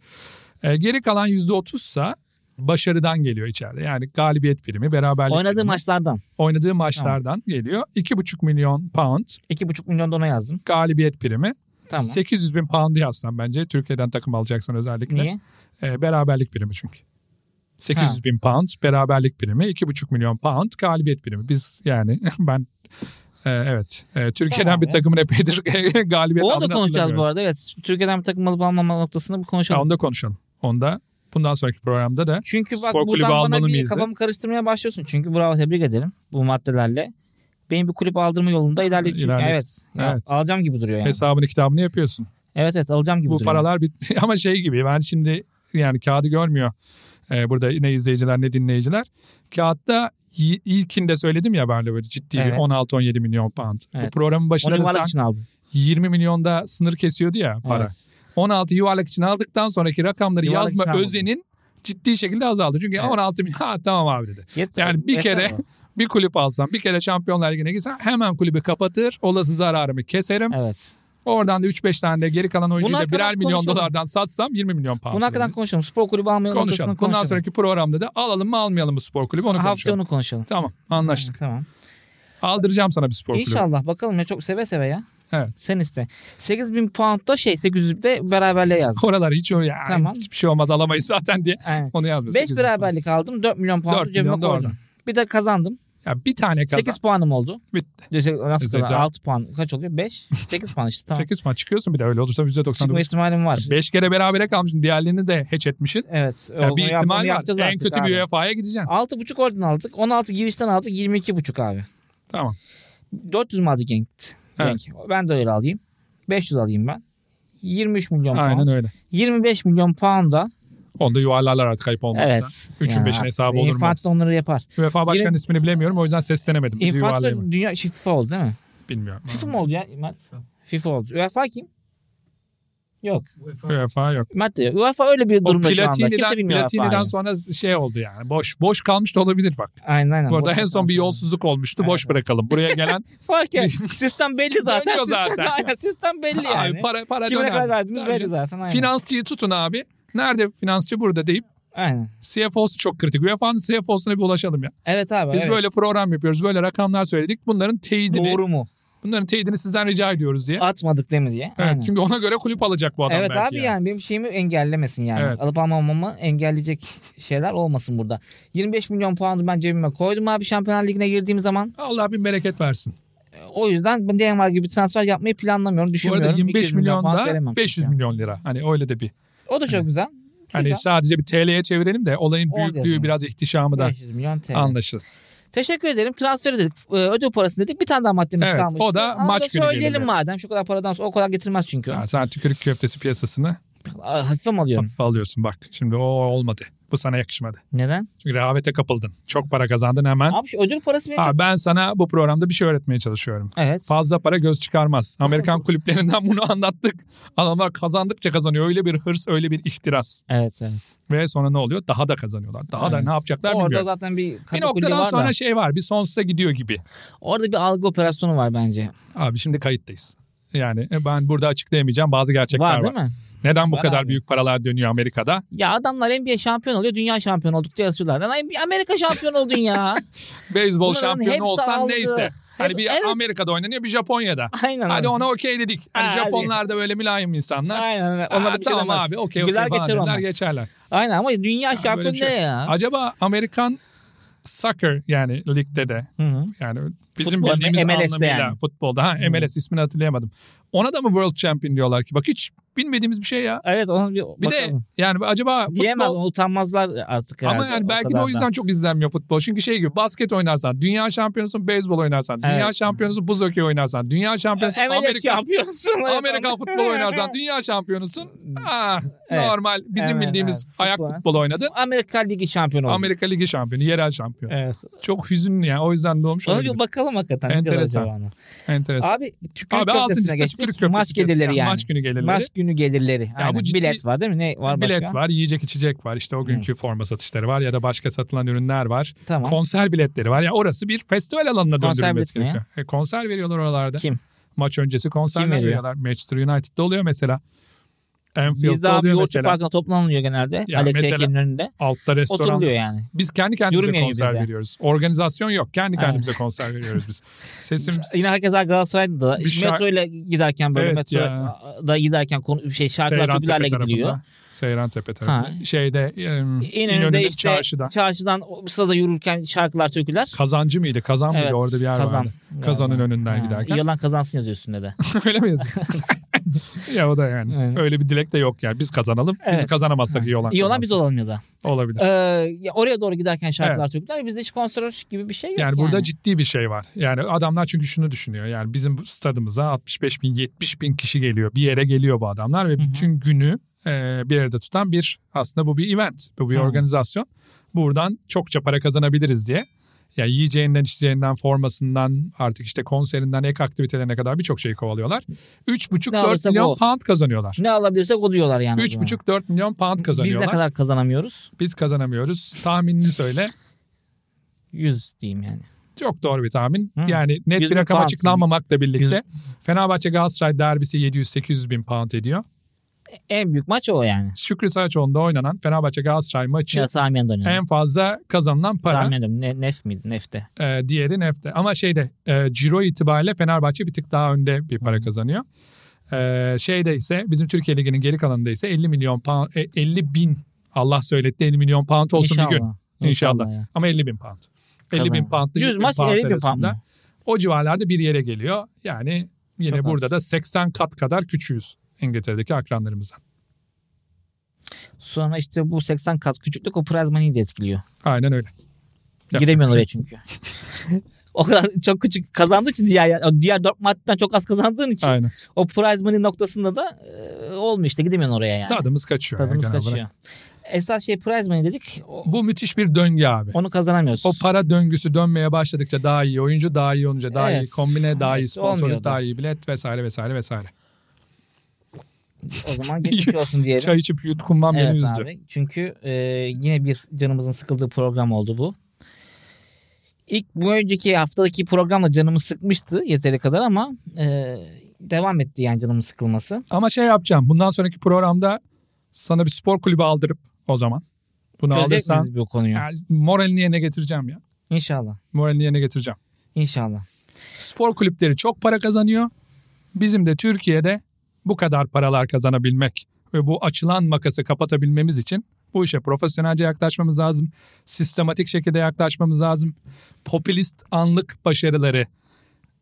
S3: Ee, geri kalan %30'sa başarıdan geliyor içeride. Yani galibiyet primi, beraberlik
S2: Oynadığı
S3: primi,
S2: maçlardan.
S3: oynadığı maçlardan geliyor. 2,5 milyon pound
S2: 2,5 milyon da ona yazdım.
S3: galibiyet primi.
S2: Tamam.
S3: 800 bin pound'u yazsan bence Türkiye'den takım alacaksan özellikle.
S2: Niye?
S3: Ee, beraberlik primi çünkü. 800 bin pound beraberlik primi, 2,5 milyon pound galibiyet primi. Biz yani ben e, evet e, Türkiye'den
S2: Tamam
S3: bir
S2: ya.
S3: takımın epeydir galibiyet
S2: Onu da
S3: aldığını
S2: konuşacağız
S3: hatırlamıyorum.
S2: bu arada. Evet. Türkiye'den bir takım alıp almama noktasında bir
S3: Ha,
S2: konuşalım.
S3: onu da konuşalım. Onu da bundan sonraki programda da
S2: Çünkü bak
S3: Spor kulübü
S2: buradan bana
S3: almalı
S2: bir
S3: mıyız?
S2: kafamı karıştırmaya başlıyorsun. Çünkü bravo tebrik ederim bu maddelerle. Benim bir kulüp aldırma yolunda ilerledim.
S3: İlerledim.
S2: Evet, Ya,
S3: Evet.
S2: Alacağım gibi duruyor yani.
S3: hesabını kitabını yapıyorsun.
S2: Evet evet alacağım gibi
S3: Bu
S2: duruyor.
S3: paralar bitti ama şey gibi ben şimdi yani kağıdı görmüyor. Ee, burada ne izleyiciler ne dinleyiciler. Kağıtta y- ilkinde söyledim ya ben de böyle ciddi bir
S2: Evet.
S3: 16-17 milyon pound. Bu
S2: Evet.
S3: programın
S2: Onu
S3: başında da
S2: yuvarlak
S3: sen
S2: için aldım.
S3: 20 milyonda sınır kesiyordu ya para.
S2: Evet.
S3: 16 yuvarlak için aldıktan sonraki rakamları
S2: Yuvarlak için
S3: yazma
S2: almadım.
S3: özenin ciddi şekilde azaldı. Çünkü
S2: Evet.
S3: 16 milyon ha tamam abi dedi.
S2: Yet-
S3: Yani bir
S2: yeter
S3: kere-
S2: mi?
S3: Bir kulüp alsam bir kere Şampiyonlar Ligi'ne gitsem hemen kulübü kapatır. Olası zararımı keserim.
S2: Evet.
S3: Oradan da 3-5 tane de geri kalan oyuncuyu
S2: Bunun
S3: da
S2: hakkında
S3: birer milyon
S2: konuşalım.
S3: dolardan satsam 20 milyon pound.
S2: Buna kadar
S3: ederim.
S2: konuşalım. Spor kulübü almaya
S3: konuşalım. Bundan sonraki programda da alalım mı almayalım mı spor kulübü onu
S2: Haftaya
S3: konuşalım.
S2: onu konuşalım.
S3: Tamam anlaştık.
S2: Tamam.
S3: Aldıracağım sana bir spor kulübü.
S2: İnşallah bakalım ya çok seve seve ya.
S3: Evet.
S2: Sen iste. 8000 pound da şey 800 de beraberliğe yazdım.
S3: Oralar hiç öyle ya,
S2: Tamam.
S3: hiçbir şey olmaz alamayız zaten diye
S2: Aynen.
S3: onu yazmış.
S2: 5 beraberlik aldım. 4 milyon pound
S3: 4
S2: cebime
S3: milyon da
S2: koydum.
S3: oradan.
S2: Bir de kazandım.
S3: Ya bir tane kazan.
S2: 8 puanım oldu.
S3: Bitti.
S2: İşte Nasıl
S3: Güzel.
S2: kadar? 6 puan. Kaç oluyor? 5. 8 puan işte. Tamam.
S3: 8 maç çıkıyorsun bir de öyle olursa
S2: Çıkma
S3: %99.
S2: ihtimalim var.
S3: 5 kere berabere kalmışsın. Diğerlerini de hatch etmişsin.
S2: Evet.
S3: Ya
S2: onu
S3: bir
S2: yap- onu
S3: ihtimal var.
S2: yapacağız
S3: En
S2: artık
S3: kötü
S2: abi.
S3: bir UEFA'ya gideceksin.
S2: 6.5 oradan aldık. 16 girişten aldık. 22.5 abi.
S3: Tamam.
S2: 400 mi aldı Genk?
S3: Evet.
S2: Genk. Ben de öyle alayım. 500 alayım ben. 23 milyon
S3: Aynen
S2: pound.
S3: öyle.
S2: 25 milyon pound'a
S3: Onda yuvarlarlar artık ayıp olmazsa.
S2: evet.
S3: 3'ün 5'in
S2: artık
S3: hesabı olur mu?
S2: Infantino onları yapar.
S3: UEFA Başkanı
S2: Yine-
S3: ismini bilemiyorum o yüzden seslenemedim. Bizi yuvarlayayım.
S2: Infantino dünya şey, FIFA oldu değil mi?
S3: Bilmiyorum.
S2: FIFA mı oldu ya Mert? FIFA oldu. UEFA kim? Yok.
S3: UEFA yok.
S2: Mert de yok. UEFA öyle bir
S3: O
S2: durumda şu anda. Kimse
S3: Platini'den,
S2: bilmiyor UEFA'yı.
S3: Platini'den sonra şey oldu yani. Boş boş kalmış da olabilir bak.
S2: Aynen aynen.
S3: Bu arada
S2: Boş
S3: en son bir
S2: yapalım.
S3: yolsuzluk olmuştu.
S2: Evet,
S3: Boş
S2: evet.
S3: bırakalım. Buraya gelen
S2: Fark et. Sistem belli zaten.
S3: Dönüyor
S2: Sistem,
S3: zaten.
S2: aynen sistem belli yani.
S3: abi, para para
S2: Kime ne
S3: döner.
S2: kadar verdiğimiz
S3: Tabii
S2: belli
S3: canım.
S2: zaten. Aynen.
S3: Finansçıyı tutun abi. Nerede finansçı burada deyip
S2: Aynen.
S3: CFO'su çok kritik. E UEFA'nın CFO'suna bir ulaşalım ya.
S2: Evet abi.
S3: Biz
S2: evet.
S3: böyle program yapıyoruz. Böyle rakamlar söyledik. Bunların teyidini,
S2: Doğru mu?
S3: bunların teyidini sizden rica ediyoruz diye.
S2: Atmadık değil mi diye.
S3: Evet,
S2: Aynen.
S3: çünkü ona göre kulüp alacak bu adam
S2: evet
S3: belki.
S2: abi yani. benim şeyimi engellemesin yani.
S3: Evet.
S2: Alıp almamamı engelleyecek şeyler olmasın burada. 25 milyon puanı ben cebime koydum abi Şampiyonlar Ligi'ne girdiğim zaman.
S3: Allah bir bereket versin.
S2: O yüzden ben Denver gibi transfer yapmayı planlamıyorum,
S3: Bu
S2: düşünmüyorum.
S3: arada 25
S2: 200 milyon
S3: milyon
S2: pound veremem
S3: da 500
S2: çünkü.
S3: milyon lira. Hani öyle de bir.
S2: O da çok güzel.
S3: Hani
S2: Güzel.
S3: sadece bir TL'ye çevirelim de olayın
S2: On
S3: büyüklüğü
S2: yazın.
S3: biraz ihtişamı da
S2: 500 milyon TL.
S3: anlaşılsın.
S2: Teşekkür ederim. Transferi dedik. e, Ödül parasını dedik. Bir tane daha maddemiz
S3: Evet,
S2: kalmıştı.
S3: o da
S2: Ama
S3: maç günü
S2: Söyleyelim
S3: gelirdi.
S2: madem. Şu kadar paradan sonra o kadar getirmez çünkü.
S3: Ya sen tükürük köftesi piyasasını
S2: Aa, Hafife mi alıyorum?
S3: hafife alıyorsun bak. Şimdi o olmadı. Bu sana yakışmadı.
S2: Neden?
S3: Çünkü rehavete kapıldın. Çok para kazandın hemen.
S2: Abi şu ödül parası verecek.
S3: Aa, ben sana bu programda bir şey öğretmeye çalışıyorum.
S2: Evet.
S3: Fazla para göz çıkarmaz. Amerikan kulüplerinden bunu anlattık. Adamlar kazandıkça kazanıyor. Öyle bir hırs, öyle bir ihtiras.
S2: Evet evet.
S3: Ve sonra ne oluyor? Daha da kazanıyorlar. Daha da
S2: Evet.
S3: ne yapacaklar
S2: Orada
S3: bilmiyorum.
S2: zaten bir
S3: Bir
S2: katakulli
S3: noktadan
S2: var
S3: sonra
S2: da.
S3: şey var. Bir sonsuza gidiyor gibi.
S2: Orada bir algı operasyonu var bence.
S3: Abi şimdi kayıttayız. Yani e, ben burada açıklayamayacağım bazı gerçekler var.
S2: var değil mi?
S3: Neden bu
S2: Var
S3: kadar
S2: abi.
S3: büyük paralar dönüyor Amerika'da?
S2: Ya adamlar NBA şampiyon oluyor, dünya şampiyon olduk diye yazıyorlar. Lan NBA Amerika şampiyon oldun ya.
S3: Beyzbol
S2: Bunların hepsi
S3: şampiyonu olsan
S2: aldı.
S3: neyse. Hani
S2: Hep-
S3: bir
S2: evet.
S3: Amerika'da oynanıyor bir Japonya'da.
S2: Aynen.
S3: Hadi
S2: öyle.
S3: ona okey dedik. Hani
S2: Ha, hadi.
S3: Japonlar da böyle mülayim insanlar.
S2: Aynen. öyle.
S3: Onlar
S2: Onlara bir şey
S3: tamam
S2: demez.
S3: abi okey
S2: Güler
S3: okey falan
S2: geçer
S3: dediler,
S2: onlar.
S3: geçerler.
S2: Aynen ama dünya şampiyonu
S3: bir şey
S2: ne ya?
S3: Acaba Amerikan soccer yani ligde de
S2: Hı hı.
S3: yani bizim
S2: Futbol,
S3: bildiğimiz
S2: MLS'de
S3: anlamıyla
S2: yani.
S3: futbolda ha
S2: Hmm.
S3: MLS ismini hatırlayamadım. Ona da mı World Champion diyorlar ki bak hiç bilmediğimiz bir şey ya.
S2: Evet ona bir,
S3: Bir
S2: bakalım.
S3: de yani acaba
S2: Diyemez
S3: futbol
S2: ona utanmazlar artık herhalde.
S3: ama yani belki de
S2: kadar
S3: o yüzden
S2: da.
S3: çok izlenmiyor futbol. Çünkü şey gibi basket oynarsan, dünya şampiyonusun beyzbol oynarsan, dünya
S2: Evet.
S3: şampiyonusun buz hokeyi oynarsan, dünya şampiyonusun
S2: Evet
S3: Amerika
S2: yapıyorsun.
S3: Amerikan futbolu oynarsan, dünya şampiyonusun. Ah,
S2: Evet.
S3: normal bizim
S2: Evet,
S3: bildiğimiz
S2: evet.
S3: ayak
S2: Futbol.
S3: futbolu oynadın.
S2: Amerika Ligi şampiyonu oldu.
S3: Amerika Ligi şampiyonu, yerel şampiyon.
S2: Evet.
S3: Çok hüzünlü yani o yüzden doğmuş
S2: Ona
S3: olabilir.
S2: bir bakalım hakikaten. ne diyorlar
S3: Enteresan.
S2: acaba ona?
S3: Enteresan.
S2: Abi tükürük
S3: Abi
S2: köftesine
S3: altıncısı da
S2: geçtik.
S3: tükürük köftesi.
S2: maç
S3: piyasası.
S2: gelirleri yani.
S3: Maç günü gelirleri.
S2: Maç günü gelirleri. Aynen.
S3: bu ciddi-
S2: Bilet var değil mi? Ne var
S3: bilet
S2: başka?
S3: var, yiyecek içecek var. İşte o günkü forma satışları var ya da başka satılan ürünler var.
S2: Tamam.
S3: Konser biletleri var. Ya orası bir festival alanına
S2: Konser
S3: döndürülmesi
S2: bileti mi ya?
S3: gerekiyor. E, konser veriyorlar oralarda.
S2: Kim?
S3: Maç öncesi konserler
S2: Kim veriyor?
S3: veriyorlar. Manchester United'da oluyor mesela.
S2: Bizde
S3: Anfield'da
S2: abi
S3: oluyor
S2: Yoğurtçu
S3: mesela.
S2: Parkı'nda toplanılıyor genelde.
S3: Ya
S2: Alex
S3: mesela-
S2: Ekin'in önünde.
S3: Altta restoran.
S2: Oturuluyor yani.
S3: Biz kendi
S2: Yorum
S3: kendimize
S2: yayını
S3: konser
S2: bizde.
S3: veriyoruz. Organizasyon yok. Kendi
S2: Aynen.
S3: kendimize konser veriyoruz biz. Sesimiz
S2: Yine herkes Galatasaray'da da
S3: Bir şark-
S2: metro ile giderken böyle
S3: Evet
S2: metro
S3: ya.
S2: da giderken konu şey şarkılar
S3: Seyran
S2: türkülerle
S3: Tepe
S2: gidiliyor.
S3: tarafında. Seyran Tepe tarafında. Şeyde em,
S2: İnönü'de,
S3: İnönü'nün
S2: işte
S3: çarşıda.
S2: çarşıdan. çarşıdan o sırada yürürken şarkılar türküler.
S3: Kazancı mıydı? Kazan mıydı? Orada bir yer
S2: kazan.
S3: vardı. Kazanın
S2: Galiba.
S3: önünden
S2: Ha,
S3: giderken.
S2: Yalan kazansın yazıyor üstünde de.
S3: Öyle mi yazıyor? ya o da yani.
S2: Evet.
S3: Öyle bir dilek de yok yani. Biz kazanalım. Biz
S2: Evet.
S3: kazanamazsak iyi olan
S2: İyi olan biz
S3: kazansın.
S2: olalım ya da.
S3: Olabilir.
S2: Ee, ya oraya doğru giderken şarkılar türküler bizde hiç konser gibi bir şey yok.
S3: Yani,
S2: Yani,
S3: burada ciddi bir şey var. Yani adamlar çünkü şunu düşünüyor. Yani bizim bu stadımıza 65 bin 70 bin kişi geliyor. Bir yere geliyor bu adamlar ve
S2: hı.
S3: bütün günü e, bir arada tutan bir aslında bu bir event. Bu bir
S2: Hı.
S3: organizasyon. Buradan çokça para kazanabiliriz diye. Yani yiyeceğinden içeceğinden formasından artık işte konserinden ek aktivitelerine kadar birçok şeyi kovalıyorlar.
S2: Ne
S3: 3,5-4
S2: alırsa
S3: milyon
S2: bu.
S3: pound kazanıyorlar.
S2: ne alabilirsek o diyorlar yani. o zaman.
S3: 3,5-4 milyon pound
S2: Biz ne
S3: kazanıyorlar.
S2: kadar kazanamıyoruz?
S3: Biz kazanamıyoruz. Tahminini söyle.
S2: 100 diyeyim yani.
S3: Çok doğru bir tahmin.
S2: Hı.
S3: Yani net
S2: Yüz
S3: bir
S2: bin
S3: rakam
S2: pound.
S3: açıklanmamakla birlikte
S2: Yüz-
S3: Fenerbahçe Galatasaray derbisi 700-800 bin pound ediyor.
S2: en büyük maç o yani.
S3: Şükrü Saraçoğlu'nda oynanan Fenerbahçe Galatasaray maçı
S2: Ya Sami Yen'den oynadı.
S3: Şey, en fazla kazanılan para.
S2: Sami Yen'den. Ne, nef miydi? Nefte.
S3: E, diğeri Nef'te. Ama şeyde e, ciro itibariyle Fenerbahçe bir tık daha önde bir para kazanıyor. E, şeyde ise bizim Türkiye Ligi'nin geri kalanında ise 50 milyon pound, e, 50 bin Allah söyletti 50 milyon pound olsun bir gün. İnşallah.
S2: ya.
S3: Ama 50 bin pound. 50 bin
S2: Kazan.
S3: pound.
S2: 100 maç 50 bin pound.
S3: arasında.
S2: mu?
S3: O civarlarda bir yere geliyor. Yani yine
S2: Çok
S3: burada
S2: az.
S3: da 80 kat kadar küçüğüz İngiltere'deki akranlarımızdan.
S2: Sonra işte bu 80 kat küçüklük o prizmaniyi de etkiliyor.
S3: Aynen öyle. Yapacak
S2: Giremiyor
S3: bir şey
S2: oraya çünkü. o kadar çok küçük kazandığı için diğer o diğer 4 maçtan çok az kazandığın için
S3: yok. Aynen.
S2: o prize money noktasında da e, olmuyor işte gidemiyorsun oraya yani.
S3: Tadımız kaçıyor. ya
S2: Tadımız
S3: genel
S2: kaçıyor.
S3: olarak.
S2: Esas şey prize money dedik. o-
S3: Bu müthiş bir döngü abi.
S2: onu kazanamıyoruz.
S3: O para döngüsü dönmeye başladıkça daha iyi oyuncu, daha iyi oyuncu, daha iyi
S2: Evet.
S3: kombine, daha iyi
S2: Evet,
S3: sponsorluk,
S2: olmuyordu.
S3: daha iyi bilet vesaire vesaire vesaire.
S2: o zaman geçmiş olsun diyelim.
S3: Çay içip yutkunmam beni
S2: Evet
S3: üzdü.
S2: abi. Çünkü e, yine bir canımızın sıkıldığı program oldu bu. İlk bu önceki haftadaki programla canımı sıkmıştı yeteri kadar ama e, devam etti yani canımın sıkılması.
S3: Ama şey yapacağım. Bundan sonraki programda sana bir spor kulübü aldırıp o zaman. Bunu
S2: Çözecek
S3: alırsan
S2: miyiz bu konuyu?
S3: yani moralini yerine getireceğim ya.
S2: İnşallah.
S3: Moralini yerine getireceğim.
S2: İnşallah.
S3: Spor kulüpleri çok para kazanıyor. Bizim de Türkiye'de bu kadar paralar kazanabilmek ve bu açılan makası kapatabilmemiz için bu işe profesyonelce yaklaşmamız lazım. Sistematik şekilde yaklaşmamız lazım. Popülist anlık başarıları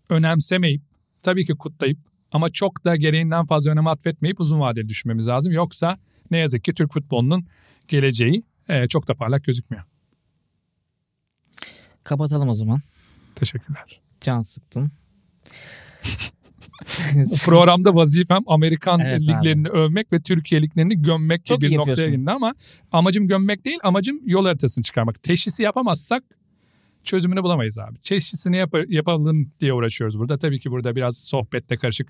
S3: önemsemeyip, tabii ki kutlayıp ama çok da gereğinden fazla önem atfetmeyip uzun vadeli düşünmemiz lazım. Yoksa ne yazık ki Türk futbolunun geleceği eh, çok da parlak gözükmüyor.
S2: Kapatalım o zaman.
S3: Teşekkürler.
S2: Can sıktım.
S3: Bu programda vazifem Amerikan
S2: Evet abi.
S3: liglerini övmek ve Türkiye liglerini gömmek gibi
S2: Çok iyi
S3: bir noktaya
S2: yapıyorsun.
S3: gelindi ama amacım gömmek değil amacım yol haritasını çıkarmak. Teşhisi yapamazsak çözümünü bulamayız abi. Teşhisini yap- yapalım diye uğraşıyoruz burada. Tabii ki burada biraz sohbette karışık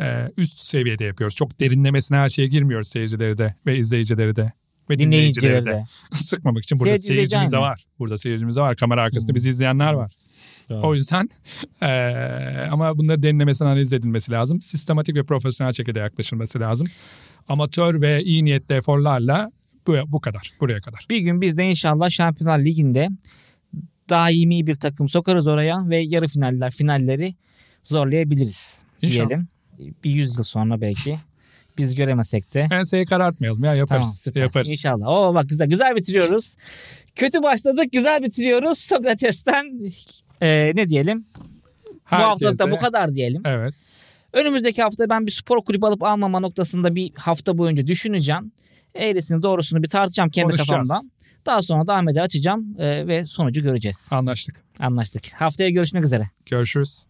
S3: e, üst seviyede yapıyoruz. Çok derinlemesine her şeye girmiyoruz seyircileri de ve izleyicileri de ve dinleyicileri
S2: Dinleyicileri de.
S3: de. Sıkmamak için burada
S2: Seyircileri
S3: seyircimiz de
S2: aynı.
S3: var. Burada seyircimiz de var. Kamera arkasında
S2: Hmm.
S3: bizi izleyenler var.
S2: Doğru.
S3: O yüzden eee, ama bunları denilemesine analiz edilmesi lazım. Sistematik ve profesyonel şekilde yaklaşılması lazım. Amatör ve iyi niyetli eforlarla bu, bu kadar, buraya kadar.
S2: Bir gün biz de inşallah Şampiyonlar Ligi'nde daimi bir takım sokarız oraya ve yarı finaller, finalleri zorlayabiliriz
S3: İnşallah.
S2: diyelim. Bir yüzyıl sonra belki biz göremesek de.
S3: Enseyi karartmayalım ya
S2: Tamam
S3: yaparız.
S2: süper.
S3: yaparız.
S2: İnşallah. Oo bak güzel güzel bitiriyoruz. Kötü başladık, güzel bitiriyoruz. Sokrates'ten e, ne diyelim? Bu haftalık da
S3: Herkese-
S2: bu kadar diyelim.
S3: Evet.
S2: Önümüzdeki hafta ben bir spor kulübü alıp almama noktasında bir hafta boyunca düşüneceğim. Eğrisini doğrusunu bir tartacağım kendi
S3: Konuşacağız.
S2: kafamdan. Daha sonra da Ahmet'e açacağım e, ve sonucu göreceğiz.
S3: Anlaştık.
S2: Anlaştık. Haftaya görüşmek üzere.
S3: Görüşürüz.